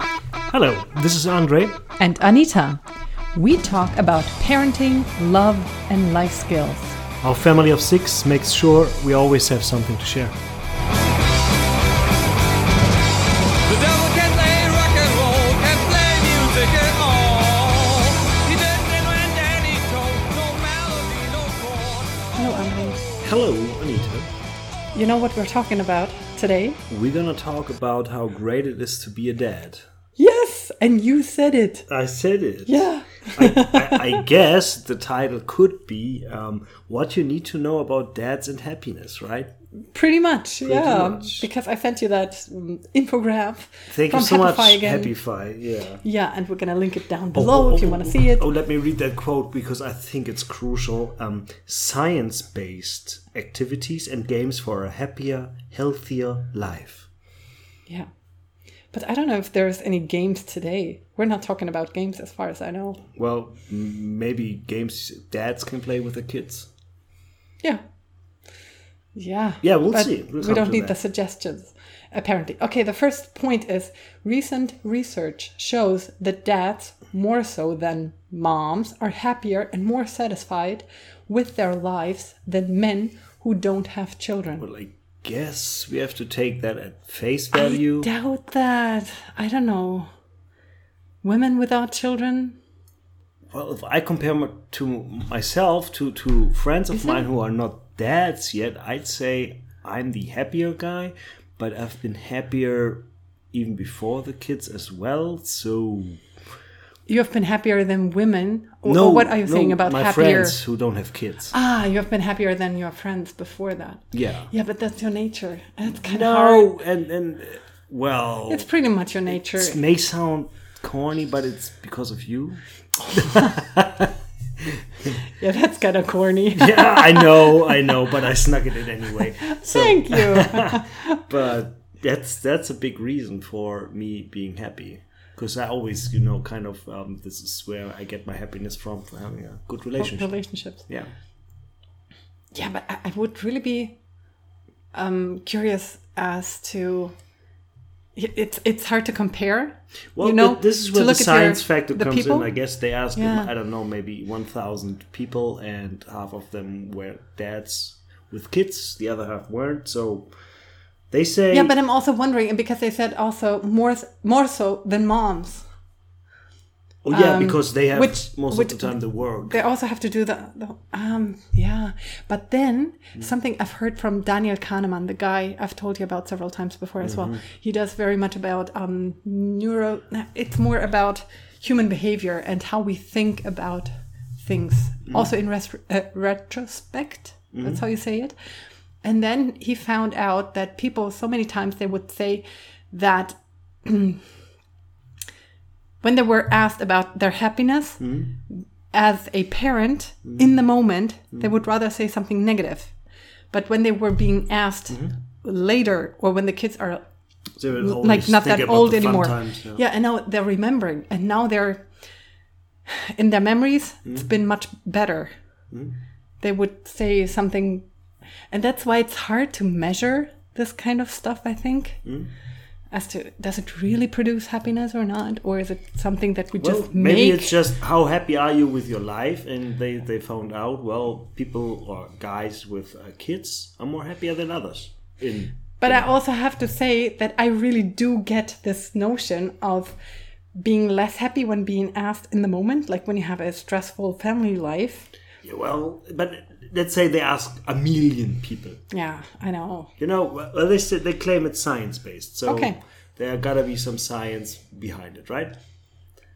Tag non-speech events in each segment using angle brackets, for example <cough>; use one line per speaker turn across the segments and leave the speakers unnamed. Hello, this is Andre.
and Anita. We talk about parenting, love, and life skills.
Our family of six makes sure we always have something to share.
The devil can play rock and roll, can play music at all. He doesn't mind any tone, no melody, no chord.
Hello, Andre.
Hello, Anita.
You know what we're talking about today?
We're gonna talk about how great it is to be a dad.
Yes, and you said it.
I said it.
Yeah.
<laughs> I, I, I guess the title could be um, What You Need to Know About Dads and Happiness, right?
<gasps> Pretty much, yeah.
much.
Because I sent you that mm, infograph
Thank
from
you so much,
Happify again.
Happify. Yeah.
Yeah, and we're gonna link it down
Oh,
below
oh,
if you
oh,
want to see it.
Oh, let me read that quote because I think it's crucial. Um, Science based activities and games for a happier, healthier life.
Yeah. But I don't know if there's any games today. We're not talking about games, as far as I know.
Well, m- maybe games dads can play with their kids.
Yeah. Yeah.
Yeah, we'll
but
see. We'll
we
come
don't
to
need
that.
the suggestions, apparently. Okay, the first point is recent research shows that dads, more so than moms, are happier and more satisfied with their lives than men who don't have children.
Well, I guess we have to take that at face
I
value.
doubt that. I don't know. Women without children?
well, if I compare my, to myself to to friends of mine who are not dads yet, I'd say I'm the happier guy, but I've been happier even before the kids as well. So
You have been happier than women? Or,
no,
or what are you
no,
saying about
my
happier?
friends who don't have kids?
Ah, you have been happier than your friends before that.
yeah.
Yeah, but that's your nature. That's kind of hard.
No, and and uh, well,
It's pretty much your nature.
it may sound corny, but it's because of you.
yeah, that's kind of corny.
yeah, I know, I know, but I snuck it in
<laughs>
anyway. <laughs> So,
Thank
<laughs>
you.
but that's that's a big reason for me being happy because I always, you know, kind of um, this is where I get my happiness from for having a good relationship.
Relationships.
Yeah,
Yeah, but I, I would really be um, curious as to. i- It's it's hard to compare.
well,
you know,
th- this is
to
where the
look at your-
science factor
the
comes
people?
in. I guess they asked,
Yeah.
I don't know, maybe one thousand people, and half of them were dads with kids, the other half weren't. So they say,
Yeah, but I'm also wondering, and because they said also more s- more so than moms,
oh yeah, because they have
um, which-
most
which-
of the time the work.
they also have to do the, the um yeah. But then something I've heard from Daniel Kahneman, the guy I've told you about several times before as well. He does very much about um neuro. no, It's more about human behavior and how we think about things, also in res- uh, retrospect. That's how you say it. And then he found out that people so many times they would say that <clears throat> when they were asked about their happiness as a parent in the moment, they would rather say something negative. But when they were being asked later, or when the kids are
Mm-hmm. They will
like
always
not
think
that
about
old
the fun
anymore,
times,
yeah. and now they're remembering, and now they're in their memories,
Mm-hmm.
it's been much better. They would say something, and that's why it's hard to measure this kind of stuff, I think.
Mm-hmm.
As to does it really produce happiness or not, or is it something that we
Well,
just make?
maybe it's just how happy are you with your life, and they they found out well people or guys with uh, kids are more happier than others. In
But I also have to say that I really do get this notion of being less happy when being asked in the moment, like when you have a stressful family life.
yeah, well, but let's say they ask a million people.
Yeah, I know.
You know, well, they said they claim it's science based, so
Okay.
there gotta be some science behind it, right?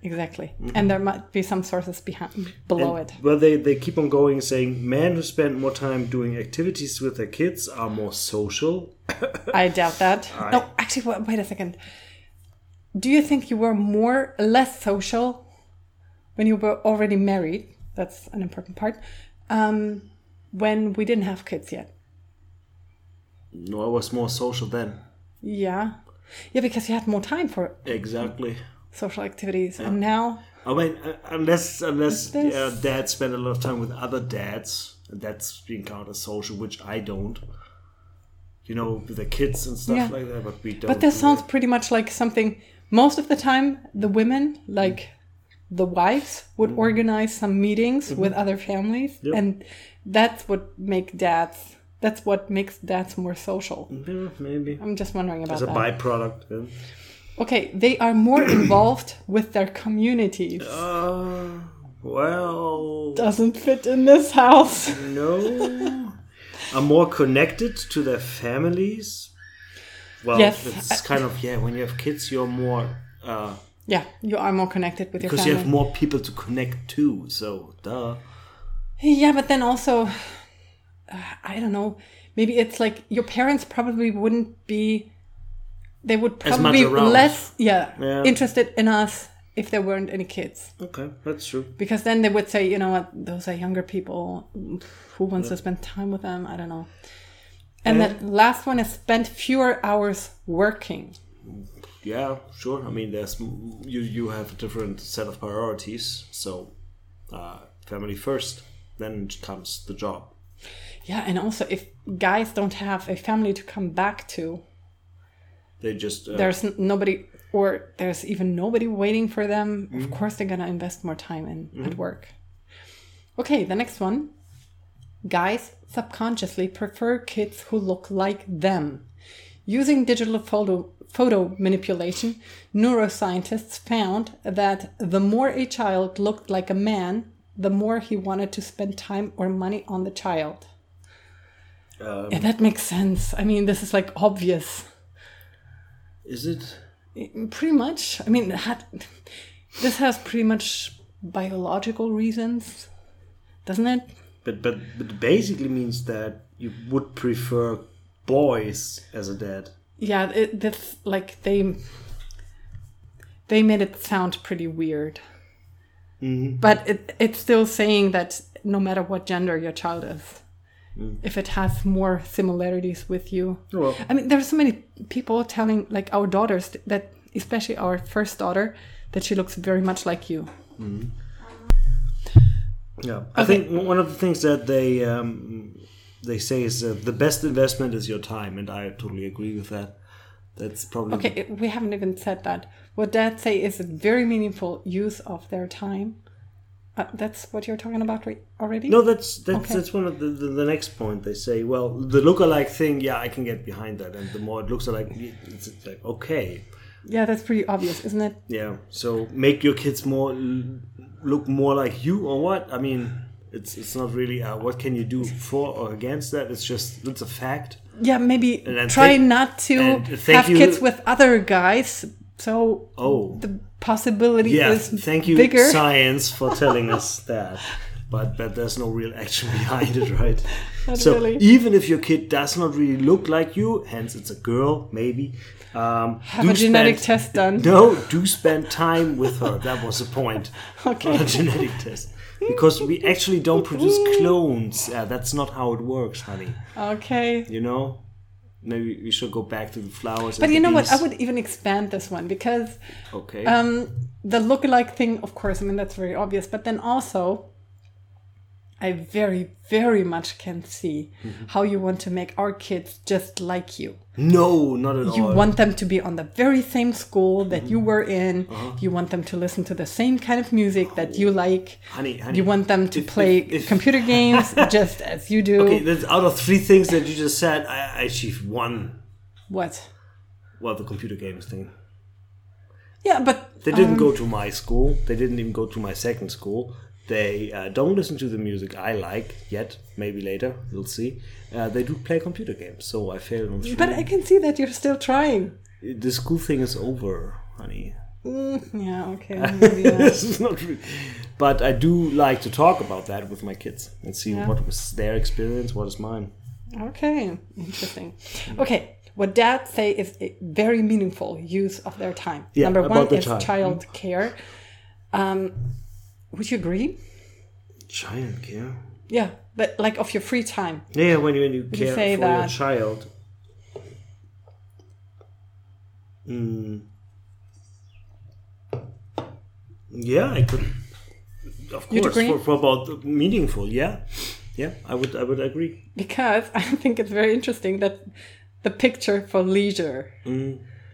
Exactly. And there might be some sources behind below
And-
it.
Well, they, they keep on going saying men who spend more time doing activities with their kids are more social.
I doubt that. No, actually wa- wait a second. Do you think you were more less social when you were already married? That's an important part. Um, when we didn't have kids yet.
No, I was more social then.
Yeah. Yeah, because you had more time for
Exactly.
social activities. And
Oh.
now,
I mean, uh, unless unless
This-
uh, dads spend a lot of time with other dads, and that's being counted as social, which I don't. You know, with the kids and stuff
Yeah.
like that, but we don't.
but this
do
sounds
that.
pretty much like something most of the time the women like the wives would organize some meetings with other families
Mm. Mm-hmm. Yep.
and that's what make dads that's what makes dads more social
Yeah, maybe.
i'm just wondering about
As Mm. a
that
byproduct. yeah.
okay they are
<clears throat>
more involved with their communities
Uh, well,
doesn't fit in this house
no. Are more connected to their families. Well,
Yes.
it's kind of yeah. When you have kids, you're more uh,
yeah you are more connected with your
because
family
you have more people to connect to. So duh.
Yeah, but then also, uh, I don't know. Maybe it's like your parents probably wouldn't be. They would
As much
probably be
around.
less, yeah,
Yeah.
interested in us if there weren't any kids,
Okay, that's true.
because then they would say, you know what, those are younger people. Who wants to spend time with them? I don't know. And
Yeah.
then last one is spend fewer hours working.
Yeah, sure. I mean, there's you you have a different set of priorities. So uh, family first, then comes the job.
Yeah, and also if guys don't have a family to come back to,
They just uh,
there's n- nobody or there's even nobody waiting for them of course they're gonna invest more time in at work okay the next one guys subconsciously prefer kids who look like them using digital photo photo manipulation neuroscientists found that the more a child looked like a man the more he wanted to spend time or money on the child
Um,
yeah, that makes sense i mean this is like obvious
is it
pretty much i mean it had, this has pretty much biological reasons doesn't it
But but but it basically means that you would prefer boys as a dad.
yeah it, this like they they made it sound pretty weird but it, it's still saying that no matter what gender your child is if it has more similarities with you
Well.
i mean there are so many people telling like our daughters that especially our first daughter that she looks very much like you
Yeah, I think one of the things that they um, they say is uh, the best investment is your time, and I totally agree with that. That's probably
Okay, it- we haven't even said that. What dads say is a very meaningful use of their time. Uh, that's what you're talking about re- already?
no. That's that's
Okay.
that's one of the, the the next point they say. Well, the lookalike thing, yeah, I can get behind that, and the more it looks alike, it's it's like okay,
Yeah, that's pretty obvious, isn't it?
yeah. So make your kids more look more like you, or what? I mean, it's it's not really uh, what can you do for or against that. It's just it's a fact.
Yeah, maybe
And then
try
thank-
not to
and thank
have
you-
kids with other guys. So
Oh.
the possibility
Yeah,
is
thank you,
bigger.
science, for telling us that. But but there's no real action <laughs> behind it, right?
<laughs>
so
really.
even if your kid does not really look like you, hence it's a girl, maybe. Um,
Have a genetic
<laughs>
test done.
No, do spend time with her. That was the
<laughs>
point.
<laughs>
<laughs>
Okay.
Not a genetic test. Because we actually
<laughs>
don't produce clones. Uh, that's not how it works, honey. <laughs>
Okay.
You know? Maybe we should go back to the flowers.
But
and
you
the
know what? I
bees.
would even expand this one because
Okay.
um, the lookalike thing, of course, I mean, that's very obvious. But then also, I very, very much can see
Mm-hmm.
how you want to make our kids just like you.
no, not at
You
all.
want them to be on the very same school that
Mm-hmm.
you were in.
Uh-huh.
You want them to listen to the same kind of music that you like.
Oh. honey, honey.
You want them to
if-
play
if- if- <laughs>
computer games just as you do.
Okay, that's out of three things that you just said, I, I achieved one.
What?
Well, the computer games thing.
Yeah, but
They didn't go to my school. They didn't even go to my second school. They uh, don't listen to the music I like yet. Maybe later, we'll see. Uh, they do play computer games, so I failed on three.
um, but I can see that you're still trying.
the school thing is over, honey. <laughs>
Yeah, okay. maybe, uh,
this is not true. But I do like to talk about that with my kids and see what was their experience, what is mine.
Okay, interesting. Okay, what dads say is a very meaningful use of their time.
Yeah,
Number
about
one
the
is
time.
child care. Um, would you agree?
Child care.
Yeah, but like of your free time.
Yeah, when you, when you care
say
for your
that-
child. Hmm. Mm. Yeah, I could. Of
You'd
course,
agree?
for, for about the meaningful. Yeah, yeah, I would, I would agree.
Because <laughs> I think it's very interesting that the picture for leisure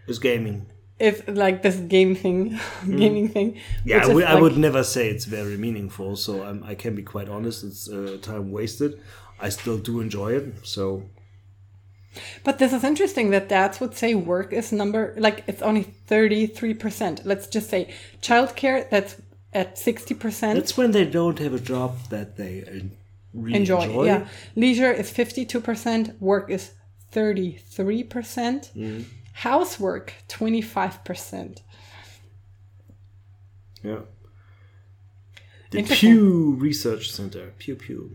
It's gaming.
if like this game thing, <laughs> gaming thing.
Mm. Yeah, I
which is,
would- I
like-
would never say it's very meaningful. So I'm, I can be quite honest. It's uh, time wasted. I still do enjoy it. So
But this is interesting that dads would say work is number like it's only thirty three percent. Let's just say childcare that's at sixty percent.
that's when they don't have a job that they en- really enjoy.
Enjoy, yeah. Leisure is fifty two percent. Work is thirty three percent. Housework twenty five percent.
Yeah. The
Interesting.
Pew Research Center. Pew Pew.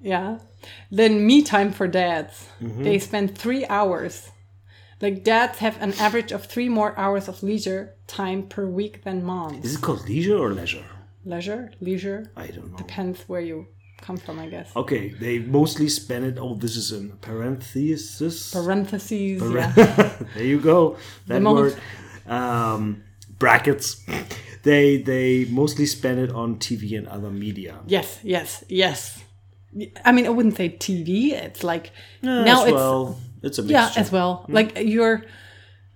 Yeah. Then me time for dads. They spend three hours. Like dads have an average of three more hours of leisure time per week than moms.
Is it called leisure or leisure?
Leisure, leisure
I don't know.
depends where you come from, I guess.
Okay, they mostly spend it. Oh, this is in parenthesis.
Parentheses. yeah. <laughs>
there you go. That
most-
word. Um, brackets. They they mostly spend it on TV and other media.
Yes, yes, yes. I mean, I wouldn't say TV. It's like now
as
it's
well. It's a mixture.
yeah, as well.
Hmm?
Like you're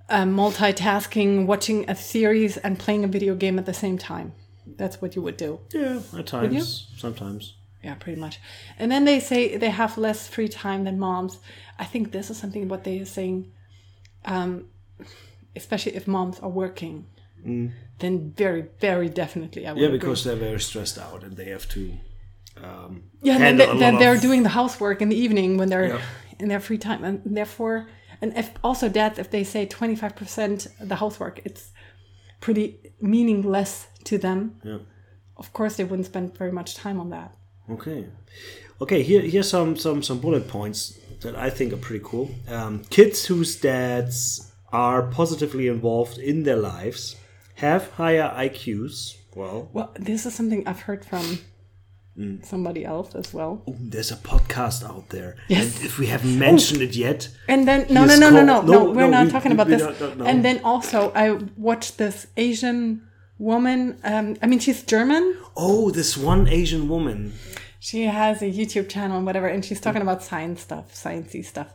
uh, multitasking, watching a series and playing a video game at the same time. That's what you would do.
Yeah, at times. Sometimes.
Yeah, pretty much. And then they say they have less free time than moms. I think this is something what they are saying, um, especially if moms are working. Then very, very definitely, I would
Hmm. Yeah,
agree.
because they're very stressed out and they have to. Um,
yeah, and then,
handle
they,
a
then
lot
they're
of- <laughs>
doing the housework in the evening when they're
Yeah.
in their free time, and therefore, and if also dads, if they say twenty five percent the housework, it's pretty meaningless to them.
Yeah.
Of course, they wouldn't spend very much time on that.
Okay, okay. Here, here's some some some bullet points that I think are pretty cool. Um, kids whose dads are positively involved in their lives have higher IQs. Well,
Well, this is something I've heard from
Hmm.
somebody else as well.
ooh, there's a podcast out there.
Yes.
And if we haven't mentioned it yet,
And then no, no,
Yes,
no, no, no,
call-
no,
no,
we're
no,
not
we-
talking
we-
about
we
this.
don't- don't know.
And then also, I watched this Asian woman. Um, I mean, she's German.
oh, this one Asian woman.
She has a YouTube channel and whatever, and she's talking about science stuff, sciencey stuff.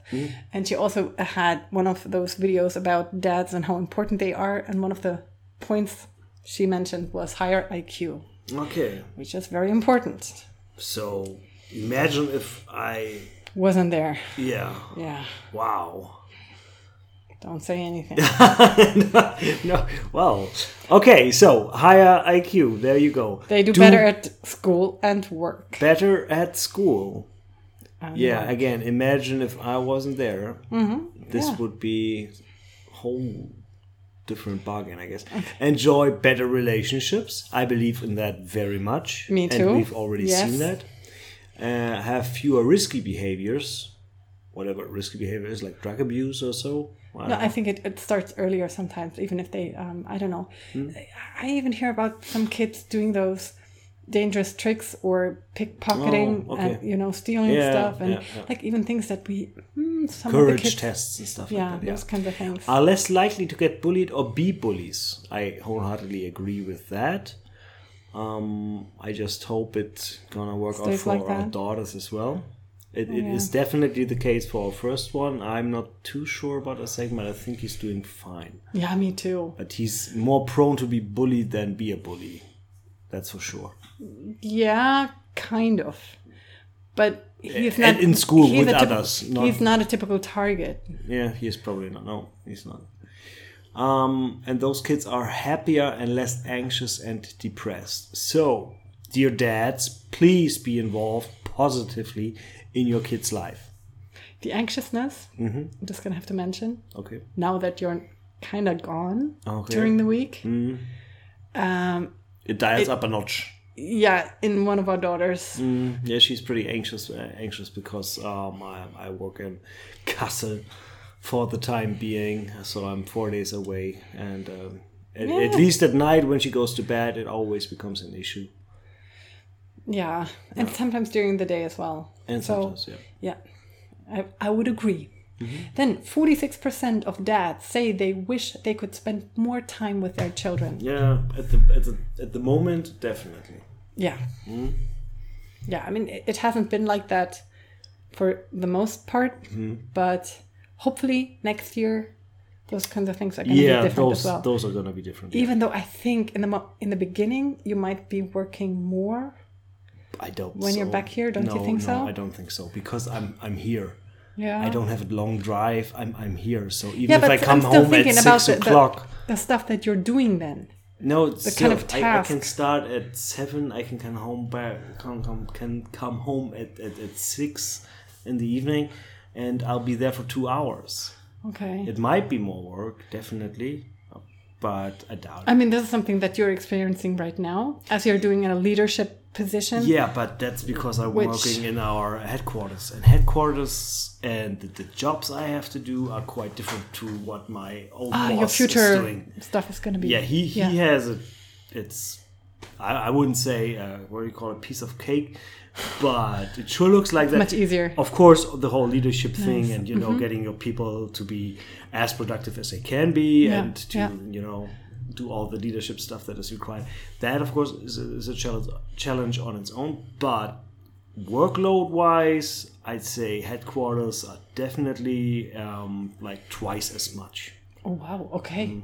And she also had one of those videos about dads and how important they are. And one of the points she mentioned was higher IQ,
Okay,
which is very important.
so imagine if I,
Wasn't there?
yeah,
Yeah.
wow. <laughs>
Don't say anything.
no, well, okay. So higher IQ. There you go.
They do, better at school and work.
better at school.
Oh,
Yeah, again, imagine if I wasn't there.
Mm-hmm.
This would be whole different bargain, I guess. Enjoy better relationships. I believe in that very much.
Me too.
And we've already seen
Yes.
that. Uh, have fewer risky behaviors, whatever risky behavior is, like drug abuse or so. Uh, I
No,
don't
I think it, it starts earlier sometimes, even if they, um, I don't know.
Hmm.
I I even hear about some kids doing those dangerous tricks or pickpocketing
Oh, okay.
and, you know, stealing
Yeah,
stuff and
yeah, yeah.
like even things that we, mm, some of the
courage
kids.
tests and stuff
Yeah,
like that. Yeah. Uh,
those kinds of things.
are less likely to get bullied or be bullies. I wholeheartedly agree with that. Um, I just hope it's gonna work out
Stays
for
like
our
that.
daughters as well. It, it is definitely the case for our first one. I'm not too sure about the second, but I think he's doing fine.
yeah, me too.
But he's more prone to be bullied than be a bully. That's for sure.
Yeah, kind of. But he's
And
not
Eh, in school
he's
with
a typ-
others, not-
He's not a typical target.
Yeah, he is probably not. No, he's not. Um, and those kids are happier and less anxious and depressed. So, dear dads, please be involved positively in your kids' life.
The anxiousness,
Mm-hmm.
I'm just going to have to mention,
Okay.
now that you're kind of gone
Okay.
during the week. Um,
It dials up a notch.
yeah, in one of our daughters.
Mm. Yeah, she's pretty anxious. Uh, anxious because um, I, I work in Kassel for the time being, so I'm four days away. And um, at, at least at night when she goes to bed, it always becomes an issue.
Yeah, and sometimes during the day as well.
And
so,
sometimes, yeah. Mm-hmm.
yeah, I, I would agree. Then 46% of dads say they wish they could spend more time with their children.
Yeah, at the at the at the moment, definitely.
Yeah.
Mm-hmm. Mm-hmm.
Yeah, I mean, it, it hasn't been like that for the most part, but hopefully next year, those kinds of things are going to
yeah,
be different
those
as well.
those are gonna be different. yeah.
Even though I think in the mo- in the beginning you might be working more.
I don't.
when you're
so.
back here, don't you
No,
think
no,
so?
I don't think so because I'm I'm here.
Yeah.
I don't have a long drive. I'm I'm here. So even
Yeah,
if
but
I come
I'm still
home at
thinking about
six
the, the-
o'clock,
the stuff that you're doing then.
no, it's still,
kind of
I, I can
task.
start at seven. I can come home back. Come come can come home at, at, at six in the evening, and I'll be there for two hours.
Okay.
It might be more work, definitely, but I doubt. it.
I mean, this is something that you're experiencing right now as you're doing in a leadership position.
Yeah, but that's because I'm
Which-
working in our headquarters, and headquarters and the, the jobs I have to do are quite different to what my old
Ah,
boss
your
is
future
doing.
stuff is going to be.
Yeah, he he
Yeah.
has a. It's I, I wouldn't say uh, what do you call it, piece of cake, but it sure looks like that.
much easier. Mm-hmm.
Of course, the whole leadership thing, and you know, getting your people to be as productive as they can be,
Yeah,
and to
yeah.
you know. Do all the leadership stuff that is required. That, of course, is a, is a challenge, challenge on its own. But workload wise, I'd say headquarters are definitely um, like twice as much.
Oh, wow. Okay.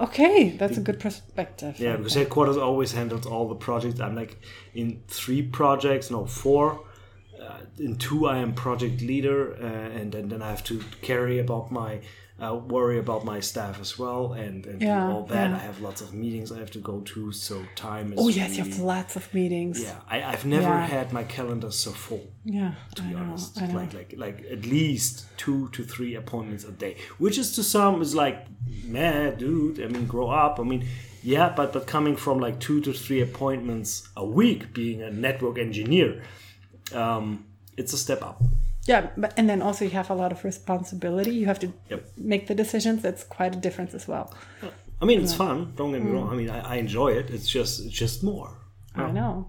Okay. That's a good perspective.
Mm. Yeah, because headquarters always handles all the projects. I'm like in three projects, no four. Uh, in two, I am project leader, uh, and, then then I have to carry about my uh, worry about my staff as well, and, and do
Yeah,
all that.
yeah.
I have lots of meetings I have to go to, so time is.
Oh, yes. You have
really-
lots of meetings.
Yeah, I, I've never
Yeah.
had my calendar so full.
Yeah,
To
I
be
know,
honest,
I know.
like like like at least two to three appointments a day, which is to some is like, man, dude. I mean, grow up. I mean, yeah, but but coming from like two to three appointments a week, being a network engineer, um, it's a step up.
Yeah, but and then also you have a lot of responsibility. You have to
Yep.
make the decisions. That's quite a difference as well.
I mean, it's fun. Don't get me
Mm.
wrong. I mean, I, I enjoy it. It's just it's just more.
I know.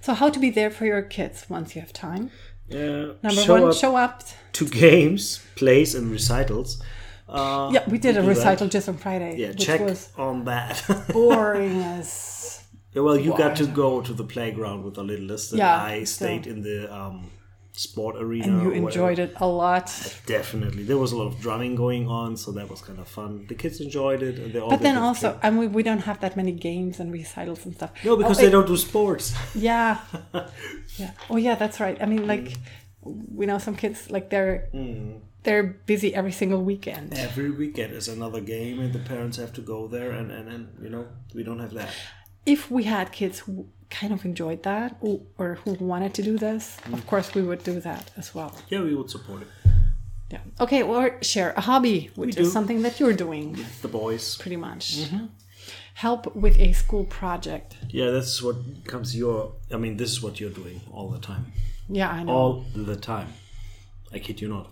So how to be there for your kids once you have time?
Yeah.
Number one, show up.
to games, plays, and recitals. Uh,
Yeah, we did a
do that.
recital just on Friday,
Yeah,
which
check
was
on that. <laughs>
boring as
Yeah, well, you got to go to the playground with the littlest, and
Yeah,
I
so-
stayed in the um, sport arena.
and you
or whatever.
enjoyed it a lot.
Definitely, there was a lot of drumming going on, so that was kind of fun. The kids enjoyed it, and they all.
But
did
then
their
also,
thing.
I mean, we don't have that many games and recitals and stuff.
no, because
Oh,
they
it-
don't do sports.
<laughs>
<laughs>
Yeah, yeah. Oh, yeah, that's right. I mean, like we know some kids like they're
Mm.
they're busy every single weekend.
Every weekend is another game, and the parents have to go there, and and, and you know we don't have that.
If we had kids who kind of enjoyed that or, or who wanted to do this,
Mm.
of course we would do that as well.
Yeah, we would support it.
Yeah. Okay, or share a hobby, which
do. Mm-hmm.
is something that you're doing
The boys.
pretty much. Help with a school project.
Yeah, that's what comes your. I mean, this is what you're doing all the time,
Yeah, I know.
all the time. I kid you not.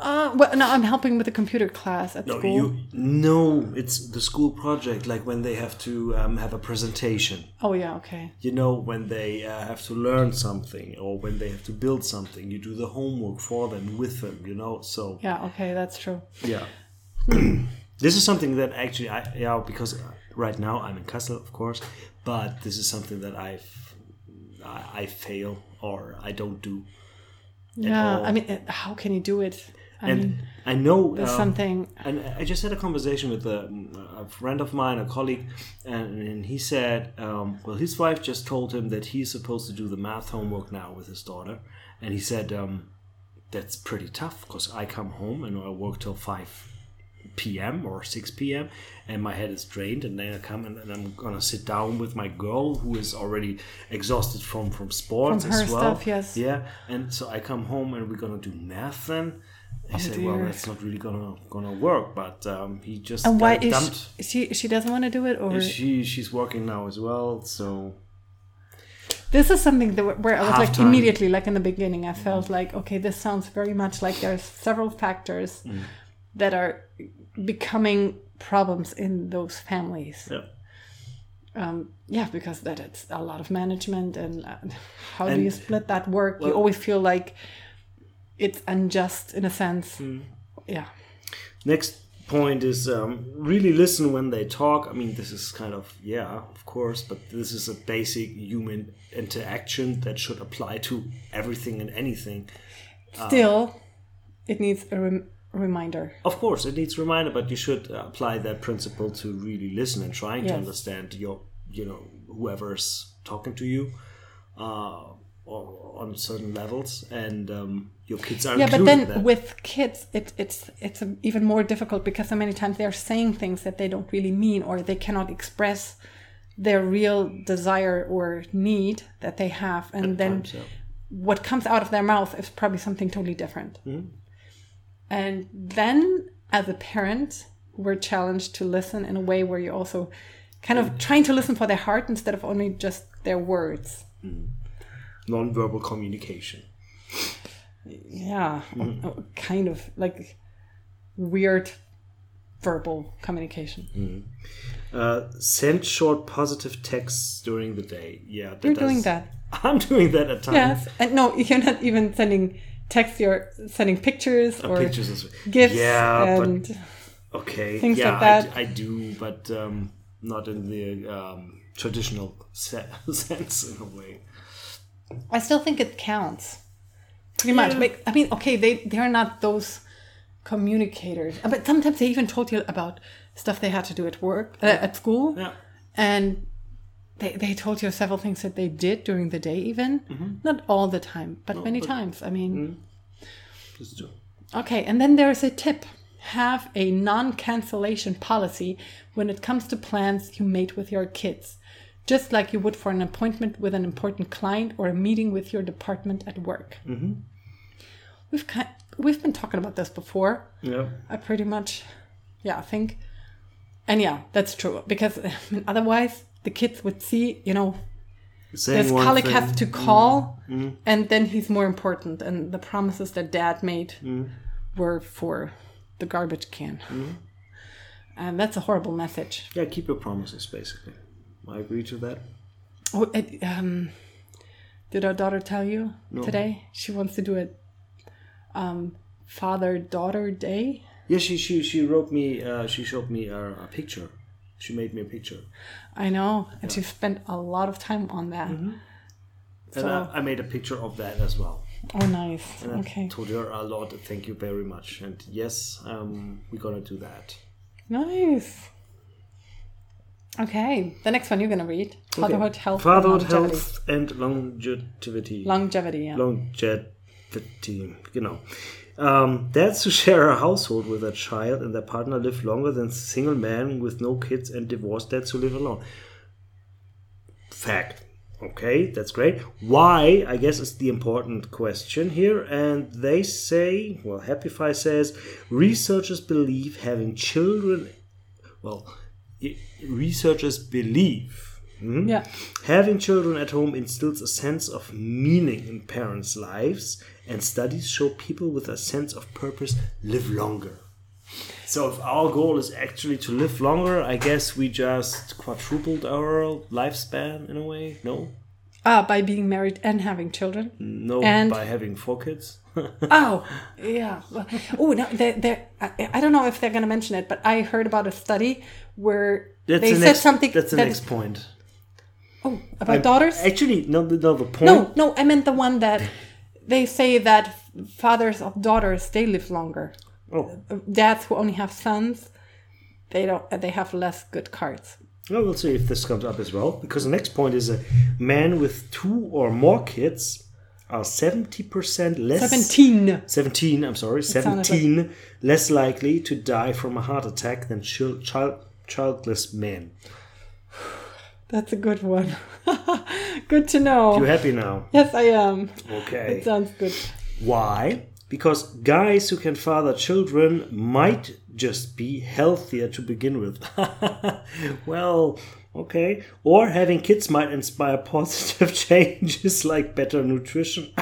Uh, well, no, I'm helping with the computer class at
No,
school.
you no. It's the school project, like when they have to um, have a presentation.
Oh yeah, okay.
You know, when they uh, have to learn something or when they have to build something, you do the homework for them with them. You know, so
Yeah, okay, that's true.
yeah. <clears throat> this is something that actually, I yeah, because right now I'm in Kassel, of course, but this is something that I've I, I fail or I don't do,
Yeah,
all.
I mean, uh, how can you do it? I
and
mean,
I know
there's
um,
something.
And I just had a conversation with a, a friend of mine, a colleague, and, and he said, um, well, his wife just told him that he's supposed to do the math homework now with his daughter. And he said, um, that's pretty tough because I come home and I work till 5 p.m. or 6 p.m. and my head is drained. And then I come and, and I'm going to sit down with my girl who is already exhausted from, from sports
From her
as well.
stuff, yes.
Yeah. And so I come home and we're going to do math then. I said, well,
dear.
that's not really gonna gonna work. But um, he just
And why
got
is
dumped.
she, she? She doesn't want to do it, or
She she's working now as well, so
this is something that where- where I was like
Halftime.
immediately, like in the beginning, I felt like, okay, this sounds very much like there's several factors
Mm.
that are becoming problems in those families.
yeah.
Um, yeah, because that it's a lot of management, and uh, how do
And-
you split that work? you
well-
always feel like it's unjust in a sense.
Mm.
Yeah.
Next point is um, really listen when they talk. I mean, this is kind of yeah, of course, but this is a basic human interaction that should apply to everything and anything.
Still, It needs a rem- reminder.
Of course, it needs reminder, but you should apply that principle to really listen and trying to
Yes.
understand your, you know, whoever's talking to you, uh, or on certain levels, and um, your kids are
Yeah, but
included
then
in that.
with kids, it, it's it's um, even more difficult because so many times they are saying things that they don't really mean or they cannot express their real desire or need that they have, and then
So,
what comes out of their mouth is probably something totally different. And then, as a parent, we're challenged to listen in a way where you're also kind of trying to listen for their heart instead of only just their words.
non-verbal communication.
Yeah,
Mm-hmm.
Oh, kind of like weird verbal communication.
Mm-hmm. Uh, send short positive texts during the day. Yeah, that
You're doing
does-
that.
<laughs> I'm doing that at times.
Yes, and no, you're not even sending text. You're sending pictures or
Oh, Pictures as well.
gifts
Yeah,
and
but okay.
things
yeah,
like that.
I, I do, but um, not in the um, traditional se- <laughs> sense in a way.
I still think it counts. Pretty much. Like, I mean, okay, they they're not those communicators, Uh, but sometimes they even told you about stuff they had to do at work, uh, at school,
Yeah.
and they they told you several things that they did during the day, even
Mm-hmm.
not all the time, but many times. I mean,
Just do.
okay, and then there's a tip: have a non-cancellation policy when it comes to plans you made with your kids. Just like you would for an appointment with an important client or a meeting with your department at work we've kind we've been talking about this before.
Yeah.
I pretty much, yeah, I think, and yeah, that's true because <laughs> I mean, otherwise the kids would see, you know,
Saying
this
one
Kalik
thing- Mm.
has to call, and then he's more important, and the promises that Dad made
Mm.
were for the garbage can. And that's a horrible message.
Yeah, keep your promises, basically. I agree to that.
Oh, it, um, did our daughter tell you today she wants to do a um, father daughter day?
Yeah, she she she wrote me. Uh, she showed me a, a picture. She made me a picture,
I know, and she spent a lot of time on that.
Mm-hmm. and I, I made a picture of that as well.
Oh, nice.
And I
okay,
told her a lot. Thank you very much. And yes, um, we're gonna do that.
nice. Okay, the next one you're gonna read: fatherhood, health, and
Fatherhood,
longevity.
health, and longevity.
Longevity. Yeah.
longevity, genau. Um, dads who share a household with a child and their partner live longer than single men with no kids and divorced dads who live alone. Fact. Okay, that's great. Why, I guess, is the important question here. And they say, well, Happify says, researchers believe having children, well, i- researchers believe hmm,
yeah.
Having children at home instills a sense of meaning in parents' lives, and studies show people with a sense of purpose live longer. So, if our goal is actually to live longer, I guess we just quadrupled our lifespan in a way. No,
Ah, by being married and having children.
no,
And-
by having four kids. <laughs>
Oh, yeah. Well, oh, no, they they I, I don't know if they're gonna mention it, but I heard about a study where
That's
they
the
said
next,
something.
That's the
that-
next point.
Oh, about daughters.
Actually, no, the- no, the point.
no, no, I meant the one that they say that fathers of daughters they live longer.
Oh,
dads who only have sons they don't they have less good cards
Well, we'll see if this comes up as well, because the next point is a man with two or more kids are 70% less
17
17, I'm sorry,
sounded
17 less likely to die from a heart attack than chil- child childless men.
that's a good one <laughs> good to know
You happy now?
yes i am
Okay.
it sounds good
Why? Because guys who can father children might just be healthier to begin with. <laughs> well, okay. Or having kids might inspire <laughs> positive changes like better nutrition,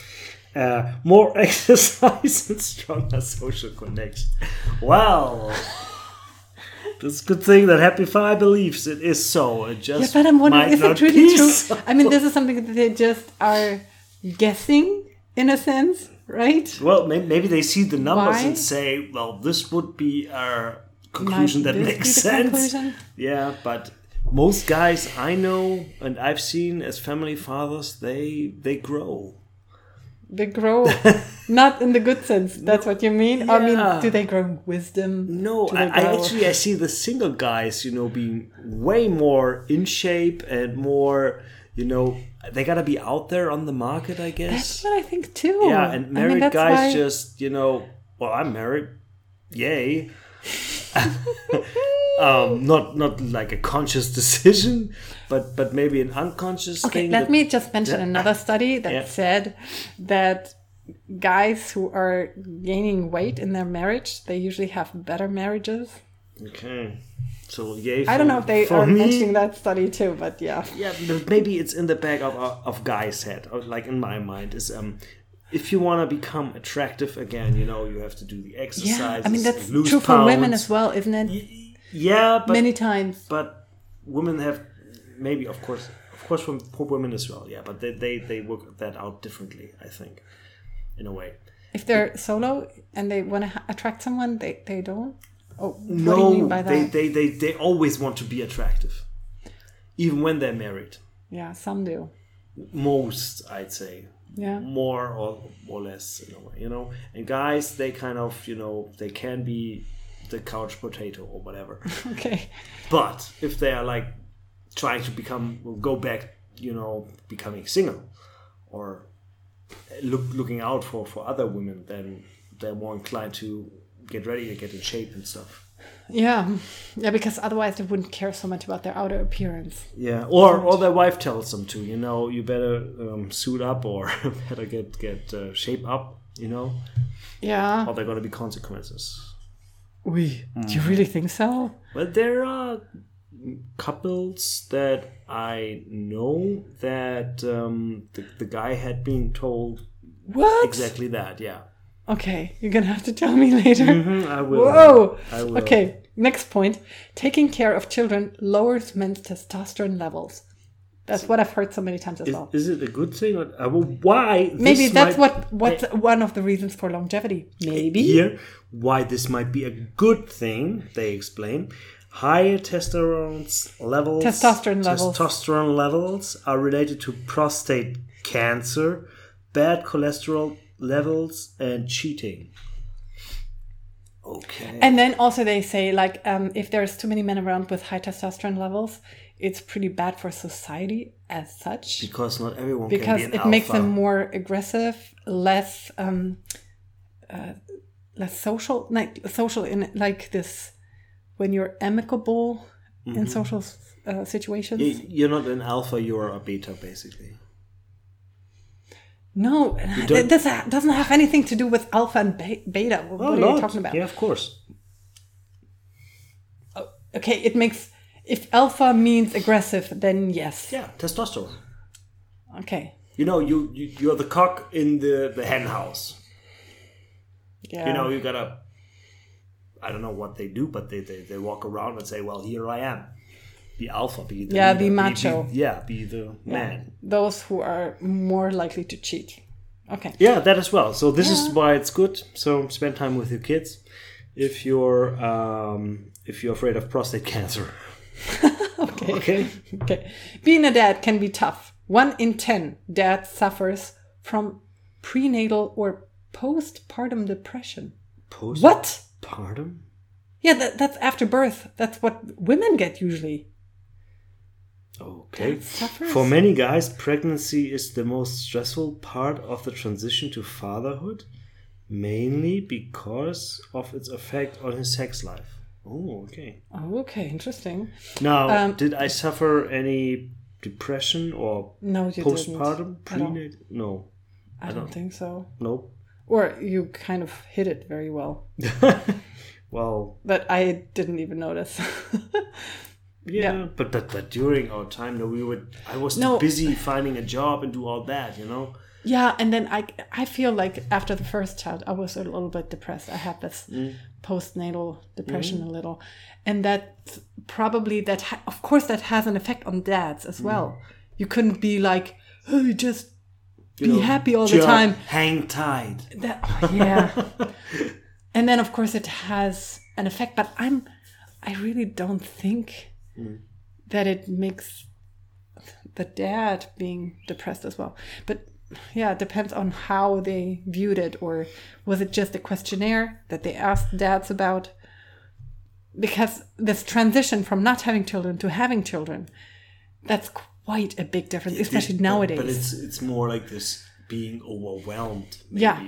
<coughs> uh, more <laughs> exercise, and stronger social connection. Well. This is a good thing that Happy Fire believes it is so. It
yeah
just
but i'm wondering
might
is
not
it really
be
true
so.
i mean this is something that they just are guessing in a sense right
Well, may- maybe they see the numbers
Why?
and say, well, this would be our conclusion
Might
that
this
makes
be the
sense.
conclusion?
Yeah, but most guys I know and I've seen as family fathers, they they grow.
They
<laughs>
grow not in the good sense. That's what you mean. I mean,
Yeah.
do they grow in wisdom?
No,
Do
I,
they
I
grow-
actually I see the single guys, you know, being way more in shape and more, you know, they gotta be out there on the market, I
That's
guess.
what I think too.
Yeah,
I
and
mean,
married
that's
guys
why-
just, you know, well, I'm married,
<laughs>
yay. um, not not like a conscious <laughs> decision, but but maybe an unconscious
Okay,
thing.
let
that-
me just mention another study that
Yeah.
said that guys who are gaining weight in their marriage, they usually have better marriages.
Okay, so yay.
I don't
for-
know if they
for
are
me.
mentioning that study too, but yeah.
yeah but maybe it's in the back of uh, of guy's head or like in my mind is um if you want to become attractive again you know you have to do the exercises
Yeah, I mean that's
lose
true for women
pounds.
as well, isn't it?
yeah but
Many times.
but women have maybe of course of course from poor women as well yeah but they, they they work that out differently i think in a way
If they're solo and they want to ha- attract someone, they, they don't. Oh,
no
what do you mean by that?
They, they they they always want to be attractive even when they're married
yeah, some do.
most i'd say
Yeah.
more or, or less in a way, you know. And guys, they kind of, you know, they can be the couch potato or whatever.
Okay. <laughs>
but if they are like trying to become, go back, you know, becoming single or look looking out for for other women, then they're more inclined to get ready to get in shape and stuff.
Yeah. Yeah, because otherwise they wouldn't care so much about their outer appearance.
Yeah, or or their wife tells them to, you know, you better um, suit up or <laughs> better get get uh, shape up, you know,
Yeah.
or there are gonna be consequences.
We. Do
Mm.
you really think so?
But there are couples that I know that um, the, the guy had been told
What?
exactly that. Yeah,
Okay, you're gonna have to tell me <laughs> later.
I will.
Whoa.
Mm-hmm. I will.
Okay, next point. Taking care of children lowers men's testosterone levels. That's what I've heard so many times as
Is,
well.
is it a good thing? Or, uh, well, why?
Maybe
this
that's
might-
what what's one of the reasons for longevity. Maybe.
here why this might be a good thing. They explain. Higher testosterone levels,
Testosterone levels.
testosterone levels are related to prostate cancer, bad cholesterol levels, and cheating. Okay.
And then also they say like um, if there's too many men around with high testosterone levels, it's pretty bad for society as such.
because not everyone can
because
be an
it makes
alpha.
them more aggressive, less um, uh, less social, like social in like this when you're amicable
Mm-hmm.
in social uh, situations.
Y- You're not an alpha. You're a beta, basically.
No,
don't-
this ha- doesn't have anything to do with alpha and be- beta. What are you talking about?
Oh, Yeah, of course.
Oh, Okay, it makes if alpha means aggressive, then yes.
Yeah, testosterone.
Okay.
You know, you, you you're the cock in the the hen house.
Yeah.
You know, you gotta. I don't know what they do, but they, they, they walk around and say, "Well, here I am, the alpha, be the
Yeah,
leader,
be
be-
macho.
be- yeah, be the man."
those who are more likely to cheat. Okay.
Yeah, that as well. So this is why it's good. So spend time with your kids. If you're um, if you're afraid of prostate cancer,
<laughs> Okay.
okay.
Okay. Being a dad can be tough. One in 10 dads suffers from prenatal or postpartum depression.
Post
What?
Pardon?
Yeah, that, that's after birth. That's what women get usually.
Okay.
suffers.
For many guys, pregnancy is the most stressful part of the transition to fatherhood, mainly because of its effect on his sex life. Oh, okay.
Okay, interesting.
Now,
Um,
did I suffer any depression or
No, you
postpartum?
didn't. I don't-
Prenatal? No.
I don't, think so.
Nope. <laughs>
Or you kind of hit it very well,
Well,
but I didn't even notice. <laughs>
yeah,
Yeah.
But, but but during our time, no, we were. I was too
No.
busy finding a job and do all that, you know.
yeah, and then I, I feel like after the first child, I was a little bit depressed. I had this postnatal depression a little, and that probably that ha- of course that has an effect on dads as well. You couldn't be like, hey, just
You
Be
know,
happy all the
just
time.
Hang tight.
that oh,
<laughs>
yeah and then of course it has an effect but i'm i really don't think
Mm.
that it makes the dad being depressed as well but yeah, it depends on how they viewed it, or was it just a questionnaire that they asked dads about? Because this transition from not having children to having children, that's quite a big difference, especially
But-
nowadays.
But it's it's more like this being overwhelmed, maybe,
Yeah.